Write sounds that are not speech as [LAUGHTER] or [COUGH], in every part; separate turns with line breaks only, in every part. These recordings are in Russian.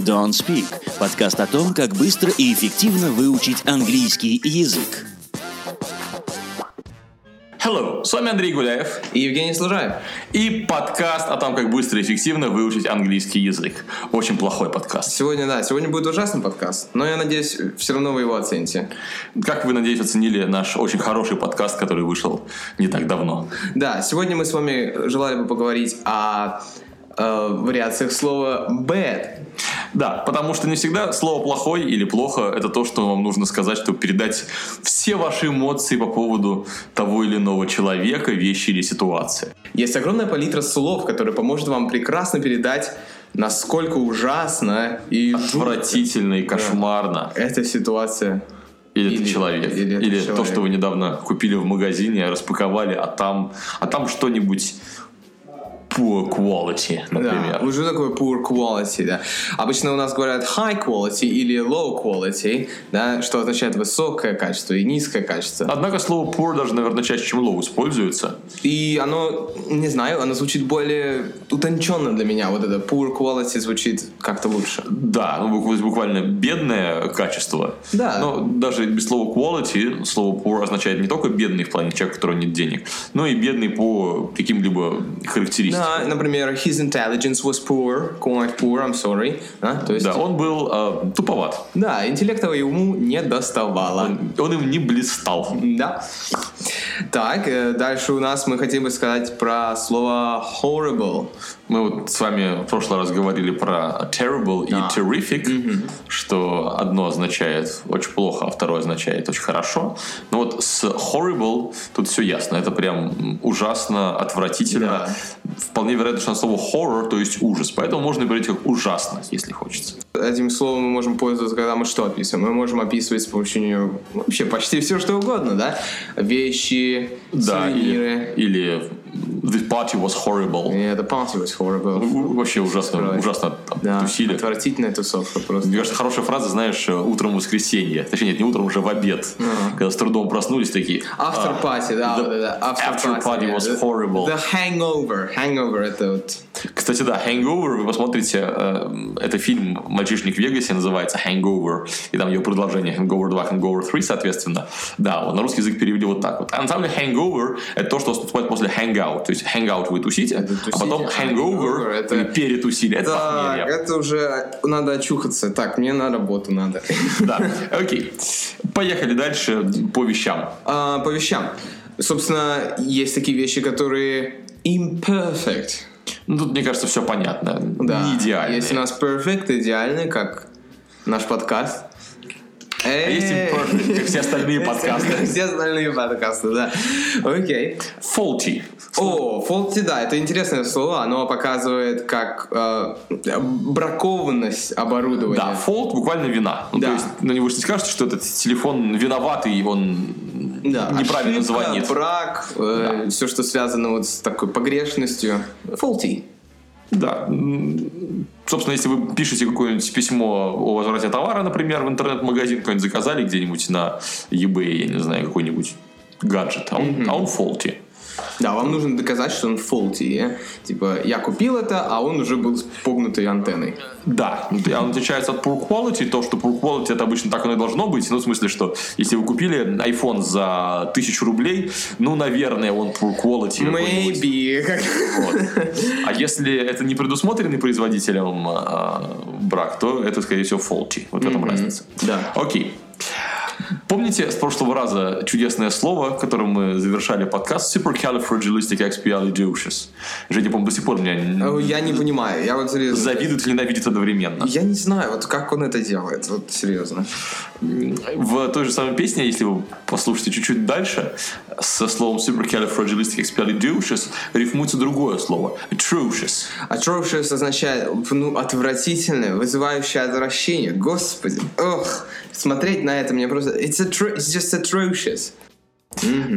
Don't Speak – подкаст о том, как быстро и эффективно выучить английский язык.
Hello, с вами Андрей Гуляев
И Евгений Служаев.
и подкаст о том, как быстро и эффективно выучить английский язык. Очень плохой подкаст.
Сегодня, да, сегодня будет ужасный подкаст, но я надеюсь, все равно вы его оцените.
Как вы, надеюсь, оценили наш очень хороший подкаст, который вышел не так давно?
Да, сегодня мы с вами желали бы поговорить о э, вариациях слова bad.
Да, потому что не всегда слово «плохой» или «плохо» — это то, что вам нужно сказать, чтобы передать все ваши эмоции по поводу того или иного человека, вещи или ситуации.
Есть огромная палитра слов, которая поможет вам прекрасно передать, насколько ужасно и жутко
Отвратительно и кошмарно.
эта ситуация.
Или,
Или-
это человек.
или
Или,
это
то,
человек.
что вы недавно купили в магазине, распаковали, а там, а там что-нибудь poor quality, например.
Да, уже такой poor quality, да. Обычно у нас говорят high quality или low quality, да, что означает высокое качество и низкое качество.
Однако слово poor даже, наверное, чаще, чем low используется.
И оно, не знаю, оно звучит более утонченно для меня. Вот это poor quality звучит как-то лучше.
Да, ну, букв- буквально бедное качество.
Да.
Но даже без слова quality, слово poor означает не только бедный в плане человека, у которого нет денег, но и бедный по каким-либо характеристикам.
Да, например, his intelligence was poor, quite poor, I'm sorry. Да, то есть,
Да,
да.
он был э, туповат.
интеллекта ему не доставало.
Он им не блистал.
Да. Так, э, дальше у нас мы хотим бы сказать про слово horrible.
Мы вот с вами в прошлый раз говорили про terrible
Да.
и terrific, что одно означает очень плохо, а второе означает очень хорошо. Но вот с horrible тут все ясно. Это прям ужасно, отвратительно. Вполне вероятно, что на слово horror, то есть ужас. Поэтому можно говорить как ужасно, если хочется.
Этим словом мы можем пользоваться, когда мы что описываем? Мы можем описывать с помощью нее вообще почти все, что угодно, да? Вещи,
или,
сувениры. Э,
или the party was horrible.
Yeah, the party was horrible.
У- Вообще ужасно,
Christ.
ужасно
Да,
Ну, тусили.
отвратительная тусовка просто.
Мне кажется, хорошая фраза, знаешь, э, утром в воскресенье. Точнее, нет, не утром, уже в обед. Когда с трудом проснулись, такие...
After
«А,
party, да,
the
вот это, after,
after party
yeah.
was
The-
horrible.
The hangover, hangover, это вот...
Кстати, да, Hangover, вы посмотрите, э, это фильм «Мальчишник в Вегасе» называется Hangover, и там ее продолжение Hangover 2, Hangover 3, соответственно. Да, вот на русский язык перевели вот так вот. А на самом деле Hangover — это то, что наступает после Hangout. То есть Hangout вы тусите,
Это тусите,
а потом
а
Hangover,
hangover это-
или перетусили. Это
Так,
похмелье.
это уже надо очухаться. Так, мне на работу надо.
Да, окей. Поехали дальше по вещам.
[LAUGHS] А, По вещам. Собственно, есть такие вещи, которые imperfect.
Ну, тут, мне кажется, все понятно.
Да.
Не идеально.
Есть у нас perfect, идеальный, как наш подкаст. Э.
А есть imperfect, как все
[LAUGHS]
остальные подкасты.
Все остальные подкасты, да. Окей.
Faulty.
О, faulty, да, это интересное слово, оно показывает как э, бракованность оборудования.
Да, fault буквально вина. Ну,
Да.
То есть, ну, вы же не скажете, что этот телефон виноватый, и он
Да,
неправильно
ошибка,
звонит.
брак, все, что связано вот с такой погрешностью. Faulty.
Да. М, Собственно, если вы пишете какое-нибудь письмо о возврате товара, например, в интернет-магазин, какой-нибудь заказали где-нибудь на eBay, я не знаю, какой-нибудь гаджет, а он, а он faulty.
Да, вам нужно доказать, что он faulty. э. Типа, я купил это, а он уже был с погнутой антенной.
Да, ну, он отличается от poor quality, то, что poor quality это обычно так оно и должно быть, ну, в смысле, что если вы купили iPhone за тысячу рублей, ну, наверное, он poor quality. какой-нибудь.
Maybe. как-
Вот. А если это не предусмотренный производителем а, брак, то это, скорее всего, faulty. Вот в этом разница.
Да.
Окей. Помните с прошлого раза чудесное слово, которым мы завершали подкаст supercalifragilisticexpialidocious? Женя, по-моему, до сих пор меня
Э, Я не понимаю, я вот серьезно.
завидует или ненавидит одновременно.
Я не знаю, вот как он это делает, вот серьезно.
В той же самой песне, если вы послушаете чуть-чуть дальше, со словом supercalifragilisticexpialidocious рифмуется другое слово – atrocious.
Atrocious означает, ну, отвратительное, вызывающее отвращение. Господи, ох, смотреть на это мне просто... It's, atro- it's just atrocious.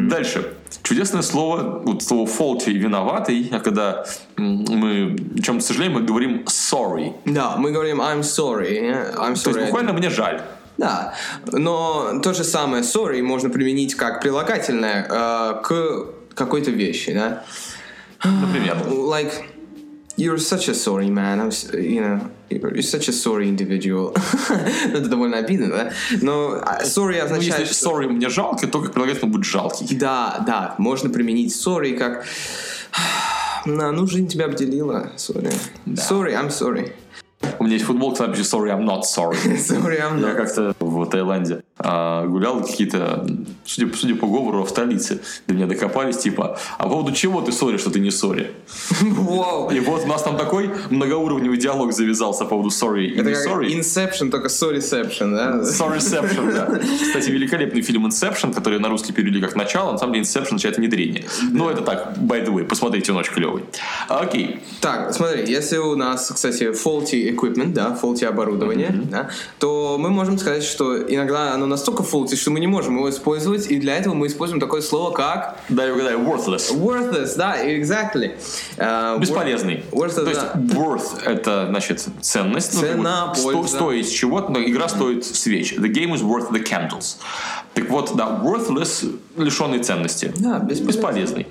Дальше. Чудесное слово, вот слово faulty и виноватый, а когда м, мы о чем-то сожалеем, мы говорим sorry.
Да, мы говорим I'm sorry, э, I'm sorry.
То есть буквально мне жаль.
Да, но то же самое sorry можно применить как прилагательное э, к какой-то вещи, да?
Например.
Like, You're such a sorry man, I'm, s- you know, you're such a sorry individual. [LAUGHS] Ну, Это довольно обидно, да? Но а, sorry
Ну, если
означает, что...
sorry мне жалко, то, как полагается, он будет жалкий.
Да, да, можно применить sorry как... На, ну, жизнь тебя обделила, sorry. Sorry, I'm sorry.
У меня есть футболка с надписью sorry, I'm not sorry.
Sorry, I'm
Я
not. [LAUGHS]
как-то в Таиланде а, гулял какие-то, судя, судя по говору, в столице. До меня докопались, типа, а по поводу чего ты сори, что ты не сори?
Вау.
И вот у нас там такой многоуровневый диалог завязался по поводу sorry и
Это
не
как
sorry.
Inception, только sorryception,
[LAUGHS]
да?
Sorryception,
[LAUGHS]
да. Кстати, великолепный фильм Inception, который на русский перевели как начало, на самом деле Inception означает внедрение. Но это так, by the way, посмотрите, он очень клевый. Окей,
Так, смотри, если у нас, кстати, faulty equipment, да, faulty оборудование, да, то мы можем сказать, что иногда оно настолько faulty, что мы не можем его использовать, и для этого мы используем такое слово, как
дай угадаю, worthless.
worthless, да, exactly. Э,
Бесполезный.
worth-
То
worth,
есть
да.
worth это значит ценность. ну, как бы
Цена,
сто-
польза.
стоит чего-то, но игра стоит свеч. The game is worth the candles. Так вот, да, worthless лишенный ценности.
Да, бесполезный.
бесполезный.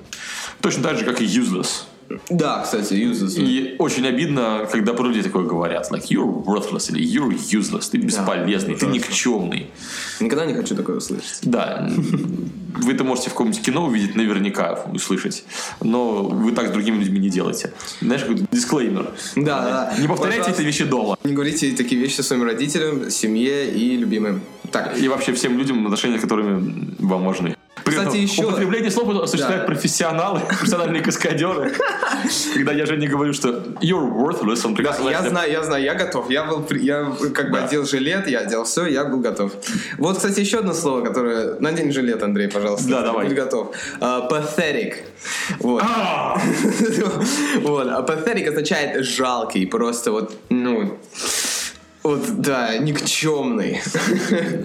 Точно так же, как и useless.
Да, кстати, useless.
И очень обидно, когда про людей такое говорят. Like, you're worthless или you're useless. Ты бесполезный, ты
ужасно.
никчемный.
Никогда не хочу такое услышать.
Да, вы это можете в каком-нибудь кино увидеть, наверняка услышать. Но вы так с другими людьми не делаете. Знаешь, какой-то дисклеймер.
Да, [LAUGHS] да.
Не повторяйте
Пожалуйста.
эти вещи дома.
Не говорите такие вещи своим родителям, семье и любимым. Так,
И вообще всем людям, отношения с которыми вам важны. При
Кстати,
этом
еще-
Употребление слов осуществляют
Да.
профессионалы, профессиональные каскадеры. Когда я же не говорю, что you're worthless, он прекрасно
Я
знает,
знаю, я знаю, я готов. Я был, при- я как бы
Да.
одел жилет, я одел все, я был готов. Вот, кстати, еще одно слово, которое надень жилет, Андрей, пожалуйста.
Да,
Ты
давай.
Будь готов. А, Pathetic. Вот.
«А,
[LAUGHS] Вот. А pathetic означает жалкий, просто вот, ну, вот, да, никчемный. [LAUGHS]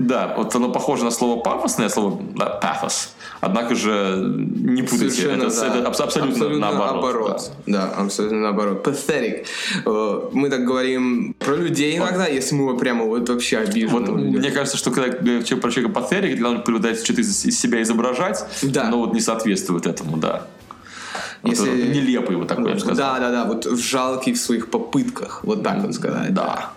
Да, вот оно похоже на слово пафосное, слово да, пафос. Однако же не путайте, это,
да.
это абс- абсолютно, наоборот. да.
Да. абсолютно наоборот. Pathetic. Э, Мы так говорим про людей иногда, если мы его прямо вот вообще обижены.
Вот мне кажется, что когда э, человек про человека патерик, когда он пытается что-то из из себя изображать,
Да.
но вот не соответствует этому, да. Вот
Если-
это нелепый вот такой, я бы сказал.
Да, да, да, вот в жалкий в своих попытках, вот так вот сказать.
Да.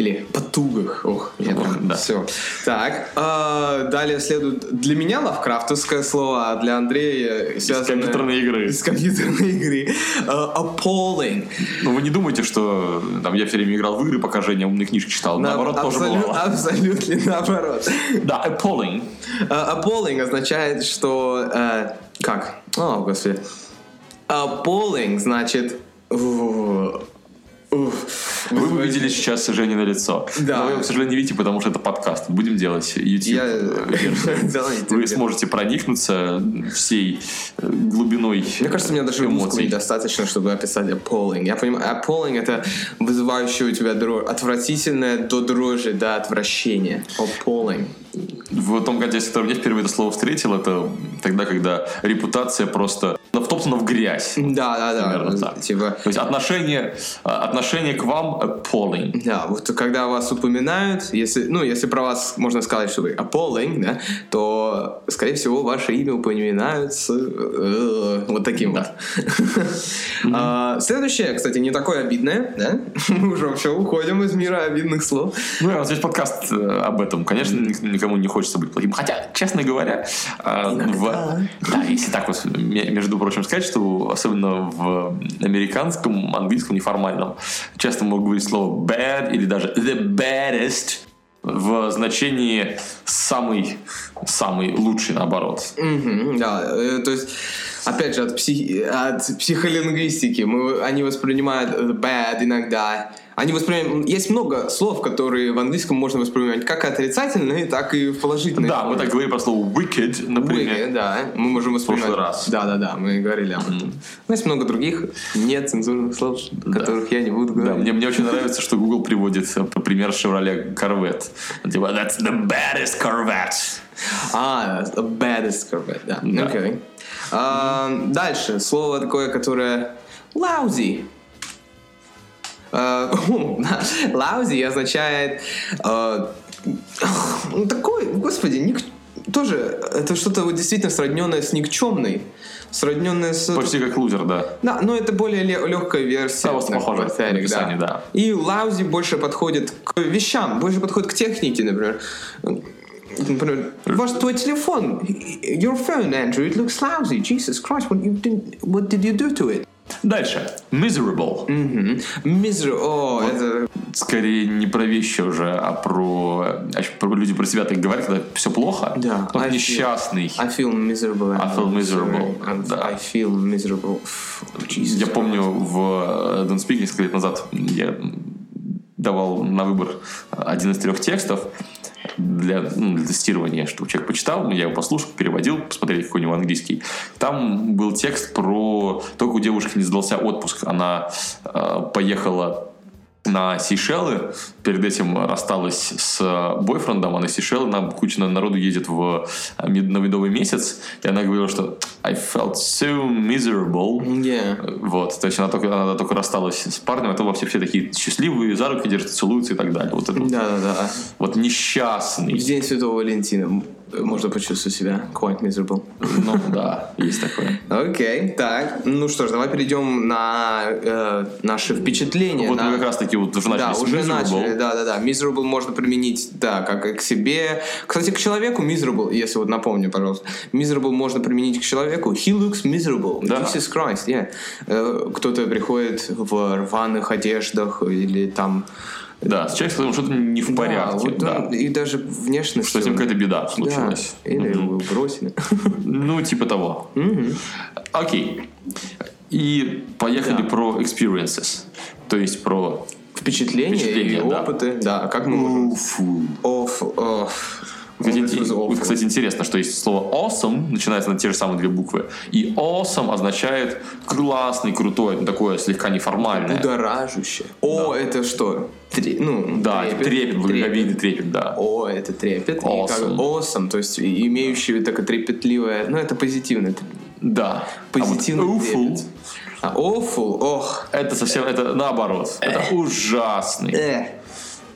Или потугах. Ох, я
Ох,
прям-
да.
Все. Так, э, далее следует для меня лавкрафтовское слово, а для Андрея
Из
связанное...
компьютерной игры.
Из компьютерной игры. Э, appalling.
Ну, вы не думайте, что там я все время играл в игры, пока Женя умные книжки читал. Наоборот, тоже
Абсолю-
бывало.
Абсолютно наоборот.
Да, appalling.
Э, appalling означает, что... э, как? О, господи. Appalling значит... Ух, ух,
Вы бы
вызывает-
видели сейчас Жене на лицо.
Да.
Но вы, его, к сожалению, не видите, потому что это подкаст. Будем делать YouTube.
Я... э,
версию.
Давайте.
Вы сможете проникнуться всей э, глубиной
Мне кажется, мне даже мускул
эмоций.
недостаточно, чтобы описать appalling. Я понимаю, appalling — это вызывающее у тебя дрожь, отвратительное до дрожи, до отвращения. Appalling.
В том контексте, в котором я впервые это слово встретил, это тогда, когда репутация просто втоптана в грязь.
Да-да-да.
Примерно так.
Типа,
То есть отношение, э, отношение к вам э, appalling.
да, вот когда вас упоминают, если, ну, если про вас можно сказать, что вы appalling, да, то, скорее всего, ваше имя упоминают с, э, вот таким вот. [LAUGHS] А, Следующее, кстати, не такое обидное, да? [LAUGHS] Мы уже вообще уходим из мира обидных слов.
Ну, а здесь подкаст э, об этом. Конечно, ник- никому не хочется быть плохим. Хотя, честно говоря, э, в- да, если так вот, ме- между прочим, сказать, что особенно в американском, английском неформальном, часто могут говорить слово bad или даже the baddest в значении самый, самый лучший, наоборот.
Мгм, да, э, то есть, опять же, от, псих- от психолингвистики мы, они воспринимают the bad иногда. Они воспринимают... Есть много слов, которые в английском можно воспринимать как отрицательные, так и в положительные.
Да, мы так говорили про слово wicked, например.
Wicked, да, мы можем воспринимать.
прошлый раз.
Да, да, да, мы говорили об этом. Но Есть много других нецензурных слов, которых я не буду
Да,
говорить.
мне, мне очень нравится, что Google приводит э, пример Chevrolet Corvette. Типа, that's the baddest Corvette.
А, the baddest corvette, да.
Да.
Окей. А, дальше, слово такое, которое lousy. А, [LAUGHS] lousy означает а, ну, такой, господи, ник- тоже это что-то вот действительно сродненное с никчемной, сродненное с...
Почти как лузер, да.
Да, но это более легкая версия.
Самое что
на
похоже в
Quarterback,
описании, да.
И лаузи больше подходит к вещам, больше подходит к технике, например. Например, ваш твой телефон. Your phone, Andrew, it looks lousy. Jesus Christ, what, you did, what did you do to it?
Дальше. Miserable.
Мгм. Miser- О, это...
Скорее не про вещи уже, а про... а ч- про люди про себя так говорят, когда все плохо.
Да.
Он
I feel-
несчастный.
I feel miserable.
I feel miserable,
I'm-
да.
I feel miserable. Ф, Jesus
Я помню, в э, Don't Speak несколько лет назад я давал на выбор один из трех текстов для, ну, для тестирования, чтобы человек почитал, Ну, я его послушал, переводил, посмотрел, какой у него английский. Там был текст про то, как у девушки не сдался отпуск. Она э, поехала на Сейшелы, перед этим рассталась с бойфрендом, а на Сейшелы нам куча народу едет в, э, мед- на медовый месяц, и она говорила, что I felt so miserable.
Yeah.
Вот, то есть она только, она только рассталась с парнем, а то вообще все такие счастливые, за руки держат, целуются и так далее. Вот это вот.
Да-да-да.
вот
В
несчастный.
день Святого Валентина м, можно почувствовать себя quite miserable.
Ну да, есть такое.
Окей, так. Ну что ж, давай перейдем на э, наши впечатления.
Вот
на-
мы как раз таки вот уже начали
Да,
с
уже
miserable.
начали, да-да-да. Miserable можно применить, да, как и к себе. Кстати, к человеку miserable, если вот напомню, пожалуйста. Miserable можно применить к человеку. He looks miserable.
Да.
Jesus Christ, yeah. Э, Кто-то приходит в рваных одеждах или там...
Да, с человеком сказал, что-то не в
Да,
порядке.
вот
да.
он- И даже внешность...
Что с ним
его-
какая-то беда
Да,
случилась.
или
Мгм.
его бросили. [LAUGHS]
Ну, типа того. Окей. И поехали
Да.
про experiences. То есть про...
Впечатления,
Впечатления,
и
да.
опыты. Да, как мы можем... Оф, оф.
Вот
This
инте-
was awful.
вот, кстати, интересно, что есть слово awesome, начинается на те же самые две буквы, и awesome означает классный, крутой, ну, такое слегка неформальное.
Будоражуще. О, это что? Тре- ну,
Да, трепет, благоговейный трепет, да.
О, это трепет. И как
Awesome.
awesome, то есть и- имеющий такое трепетливое... Ну, это позитивное. тр-
Да.
Позитивный
А вот awful
трепет. А awful, ох.
это совсем, это наоборот. Это ужасный.
Э.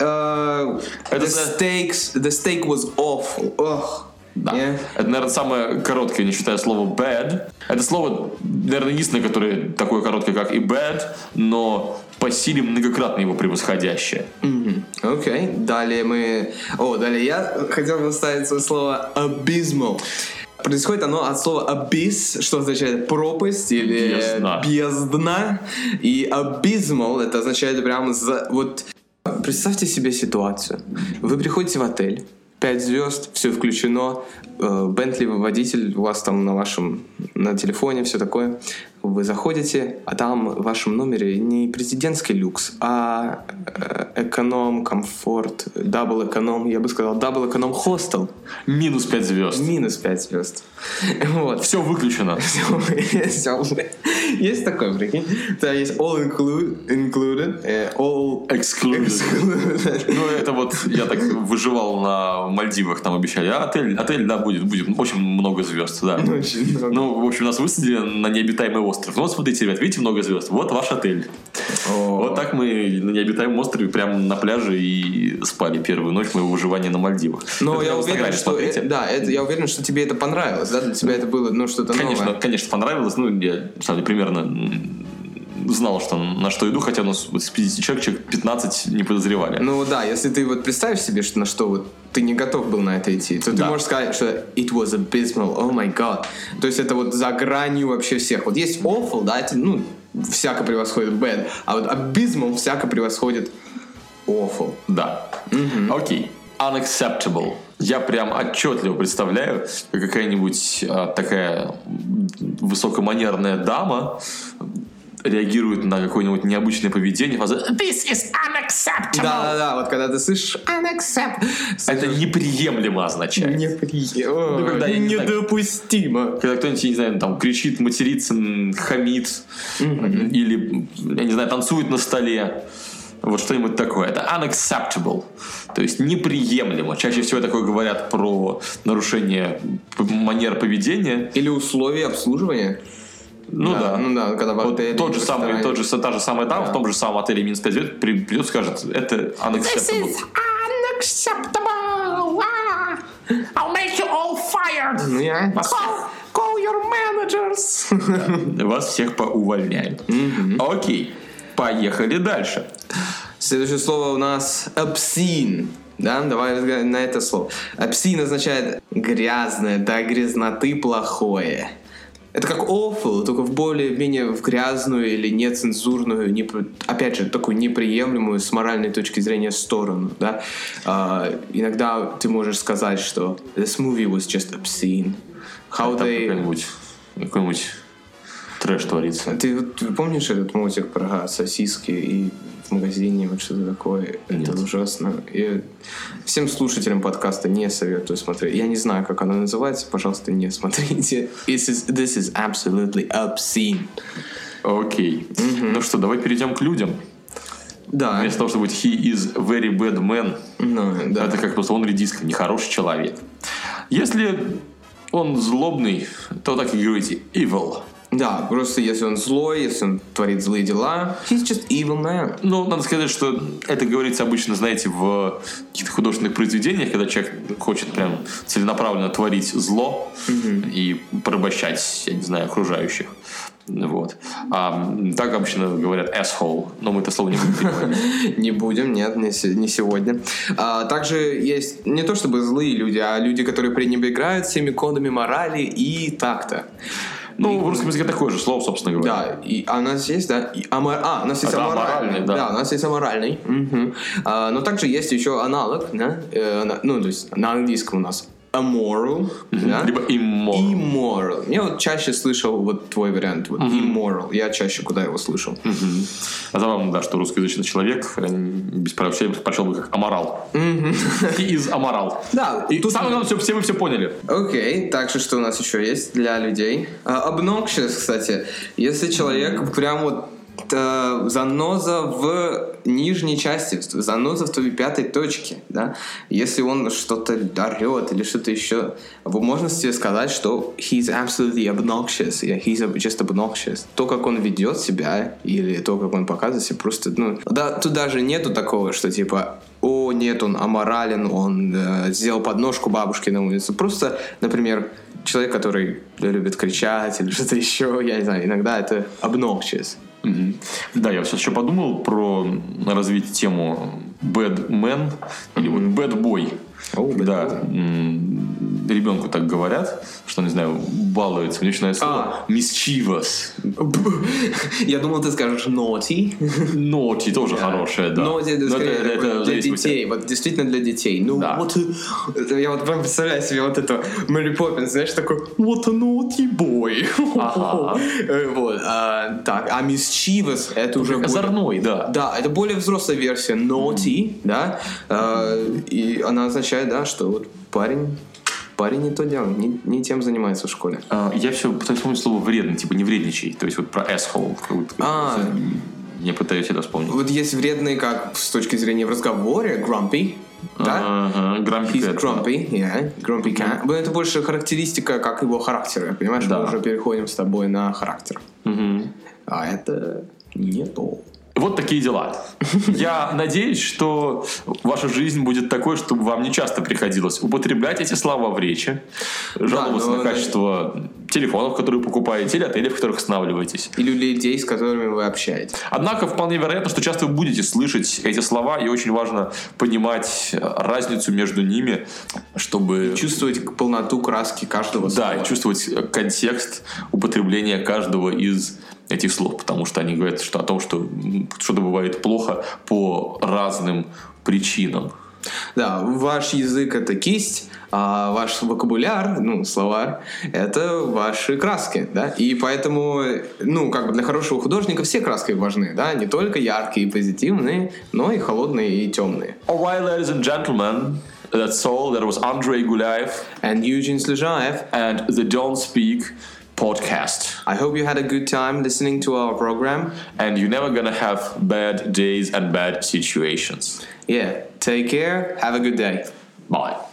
Э,
Это
the,
за-
steaks, the steak was awful. Ох.
Да.
Э.
Это, наверное, самое короткое, не считая слова bad. Это слово, наверное, единственное, которое такое короткое, как и bad, но по силе многократно его превосходящее.
Мгм. Окей, далее мы... О, далее я хотел бы вставить свое слово «abysmal». Происходит оно от слова «abyss», что означает «пропасть» или
Бездна.
«бездна». И «abysmal» — это означает прямо за... Вот представьте себе ситуацию. Вы приходите в отель, пять звезд, все включено, э, Бентли водитель, у вас там на вашем на телефоне все такое. Вы заходите, а там в вашем номере не президентский люкс, а э, эконом, комфорт, дабл эконом, я бы сказал, дабл эконом хостел,
Минус 5 звезд.
минус 5 звезд. Вот.
Все
[LAUGHS]
выключено.
Всё уже. Есть такое, прикинь? Да, есть all inclu- included, э, all [LAUGHS]
Excluded.
excluded.
Ну, это вот я так выживал на Мальдивах, там обещали. А, отель, отель, да, будет, будет. Ну, Очень много звезд, да.
Очень много.
Ну, в общем, нас высадили на необитаемый остров. Ну, вот смотрите, ребят, видите, много звезд. Вот ваш отель. Вот так мы на необитаемом острове прямо на пляже и спали первую ночь моего выживания на Мальдивах.
Но
Это
я
в
уверен,
Инстаграме,
что
смотрите.
э, да, это, я уверен, что тебе это понравилось, да, для тебя это было ну что-то
Конечно,
новое.
конечно, понравилось. Ну, я, на самом деле, примерно м, знал, что на что иду, хотя у нас вот с 50 человек, человек 15 не подозревали.
Ну да, если ты вот представишь себе, что на что вот ты не готов был на это идти, то ты
Да.
можешь сказать, что it was abysmal, oh my god. То есть это вот за гранью вообще всех. Вот есть awful, да, это, ну, всяко превосходит bad, а вот abysmal всяко превосходит awful.
Да. Окей. Unacceptable. Я прям отчетливо представляю, как какая-нибудь а, такая м, высокоманерная дама реагирует на какое-нибудь необычное поведение. а фраза «This is unacceptable!»
Да-да-да, вот когда ты слышишь unacceptable,
Это неприемлемо означает.
неприемлемо,
Ну, когда я не так-
недопустимо.
Когда кто-нибудь, я не знаю, там кричит, матерится, м, хамит, или, м, я не знаю, танцует на столе. Вот что-нибудь такое. Это unacceptable. То есть неприемлемо. Чаще всего такое говорят про нарушение п- манер поведения.
Или условия обслуживания.
Ну да.
Ну да, когда в
Вот
отеле,
тот же
в
самый,
ресторане.
тот же, та же самая дама в том же самом отеле минус 5 звезд при- придет и скажет, это
This
unacceptable.
is unacceptable. Ah. I'll make you all
hard. Ну, я- Call your [LAUGHS] managers.
Вас всех поувольняют. Окей, поехали дальше.
Следующее слово у нас obscene. Да, давай разговариваем на это слово. Obscene означает грязное, до грязноты плохое. Это как awful, только в более-менее в грязную или нецензурную, не, опять же, такую неприемлемую с моральной точки зрения сторону, да. А, иногда ты можешь сказать, что this movie was just obscene. How
Там
they...
какой-нибудь, какой-нибудь трэш творится.
А Ты, вот помнишь этот мультик про сосиски и в магазине вот что-то такое? Это
Нет.
ужасно. И всем слушателям подкаста не советую смотреть. Я не знаю, как она называется. Пожалуйста, не смотрите. This is, this is absolutely obscene.
Окей. Ну что, давай перейдем к людям.
Да.
Вместо того, чтобы быть he is very bad man,
Ну, да.
это как просто он редиска, нехороший человек. Если он злобный, то так и говорите evil.
Да, просто если он злой, если он творит злые дела, he's just evil man.
Ну, надо сказать, что это говорится обычно, знаете, в каких-то художественных произведениях, когда человек хочет прям целенаправленно творить зло и порабощать, я не знаю, окружающих. Вот. А м, так обычно говорят asshole, но мы это слово не будем переводить.
[LAUGHS] Не будем, нет, не, се- не сегодня. А, также есть не то чтобы злые люди, а люди, которые пренебрегают всеми кодами морали и такта.
Ну, в русском языке такое же слово, собственно говоря.
Да, и, а у нас есть, да? и амор- А, у нас есть
А, да,
аморальный.
аморальный, да.
у нас есть аморальный. Мгм. А, но также есть еще аналог, да? э, на- ну, то есть на английском у нас amoral, да?
Либо immoral.
Immoral. Я вот чаще слышал вот твой вариант, вот immoral. Я чаще куда его слышал.
А забавно, да, что русскоязычный человек э, без прав человека прочел бы как аморал. И из аморал.
Да,
И
тут-
самое главное, все, все мы все поняли.
Окей, также что у нас еще есть для людей? А, Obnoxious, кстати. Если человек прям вот э, заноза в нижней части, в- заноза в твоей пятой точке, да? Если он что-то орет или что-то еще, вы можно себе сказать, что he's absolutely obnoxious, yeah, he's ob- just obnoxious. То, как он ведет себя или то, как он показывает себя, просто, ну, да, тут даже нету такого, что типа о, нет, он аморален, он э, сделал подножку бабушке на улице. Просто, например, человек, который любит кричать или [LAUGHS] что-то еще, я не знаю, иногда это obnoxious.
Мгм. Да, я сейчас еще подумал про м, развить тему bad man или вот bad boy.
О, bad
да,
boy.
ребенку так говорят, что, не знаю, балуется. У них начинает слово
А.
mischievous.
[LAUGHS] Я думал, ты скажешь naughty.
Naughty Ну, тоже хорошее, да.
Naughty, это
Но
скорее
это-
такое
это в
для
зависимости
детей. Вот действительно для детей. Ну
Да.
вот... э, Я вот прям представляю себе вот это Мэри Поппинс, знаешь, такой What a naughty boy.
Ага.
[LAUGHS] Э, Вот. а, Так, а mischievous это уже... более-
Озорной, да.
Да, это более взрослая версия naughty, да, э, и она означает, да, что вот парень, парень не то делал, не, не тем занимается в школе.
А, Я все пытаюсь вспомнить слово вредный, типа не вредничай. То есть вот про asshole. как будто-
А.
Я пытаюсь это вспомнить.
Вот есть вредные, как с точки зрения в разговоре, grumpy, да?
Ага, Grumpy
А? He's
Cat, да.
grumpy, yeah, grumpy cat. Но это больше характеристика, как его характера, понимаешь?
Да.
Мы уже переходим с тобой на характер.
Мгм.
А это не то.
Вот такие дела. Я надеюсь, что ваша жизнь будет такой, чтобы вам не часто приходилось употреблять эти слова в речи, жаловаться
но-
на качество телефонов, которые покупаете, или отелей, в которых останавливаетесь.
Или людей, с которыми вы общаетесь.
Однако вполне вероятно, что часто вы будете слышать эти слова, и очень важно понимать э, разницу между ними, чтобы
Чувствовать полноту краски каждого
да,
слова.
чувствовать э, контекст употребления каждого из этих слов, потому что они говорят что, о том, что м, что-то бывает плохо по разным причинам.
Да, ваш язык это кисть, а ваш вокабуляр, ну, словарь, это ваши краски, да, и поэтому, ну, как бы для хорошего художника все краски важны, да, не только яркие и позитивные, но и холодные и темные.
Alright, ladies and gentlemen, that's all. That was Andrei Gulaev
And Eugene Слежаев,
and the Don't Speak podcast.
I hope you had a good time listening to our program.
And you're never gonna have bad days and bad situations.
Yeah, take care, have a good day.
Bye.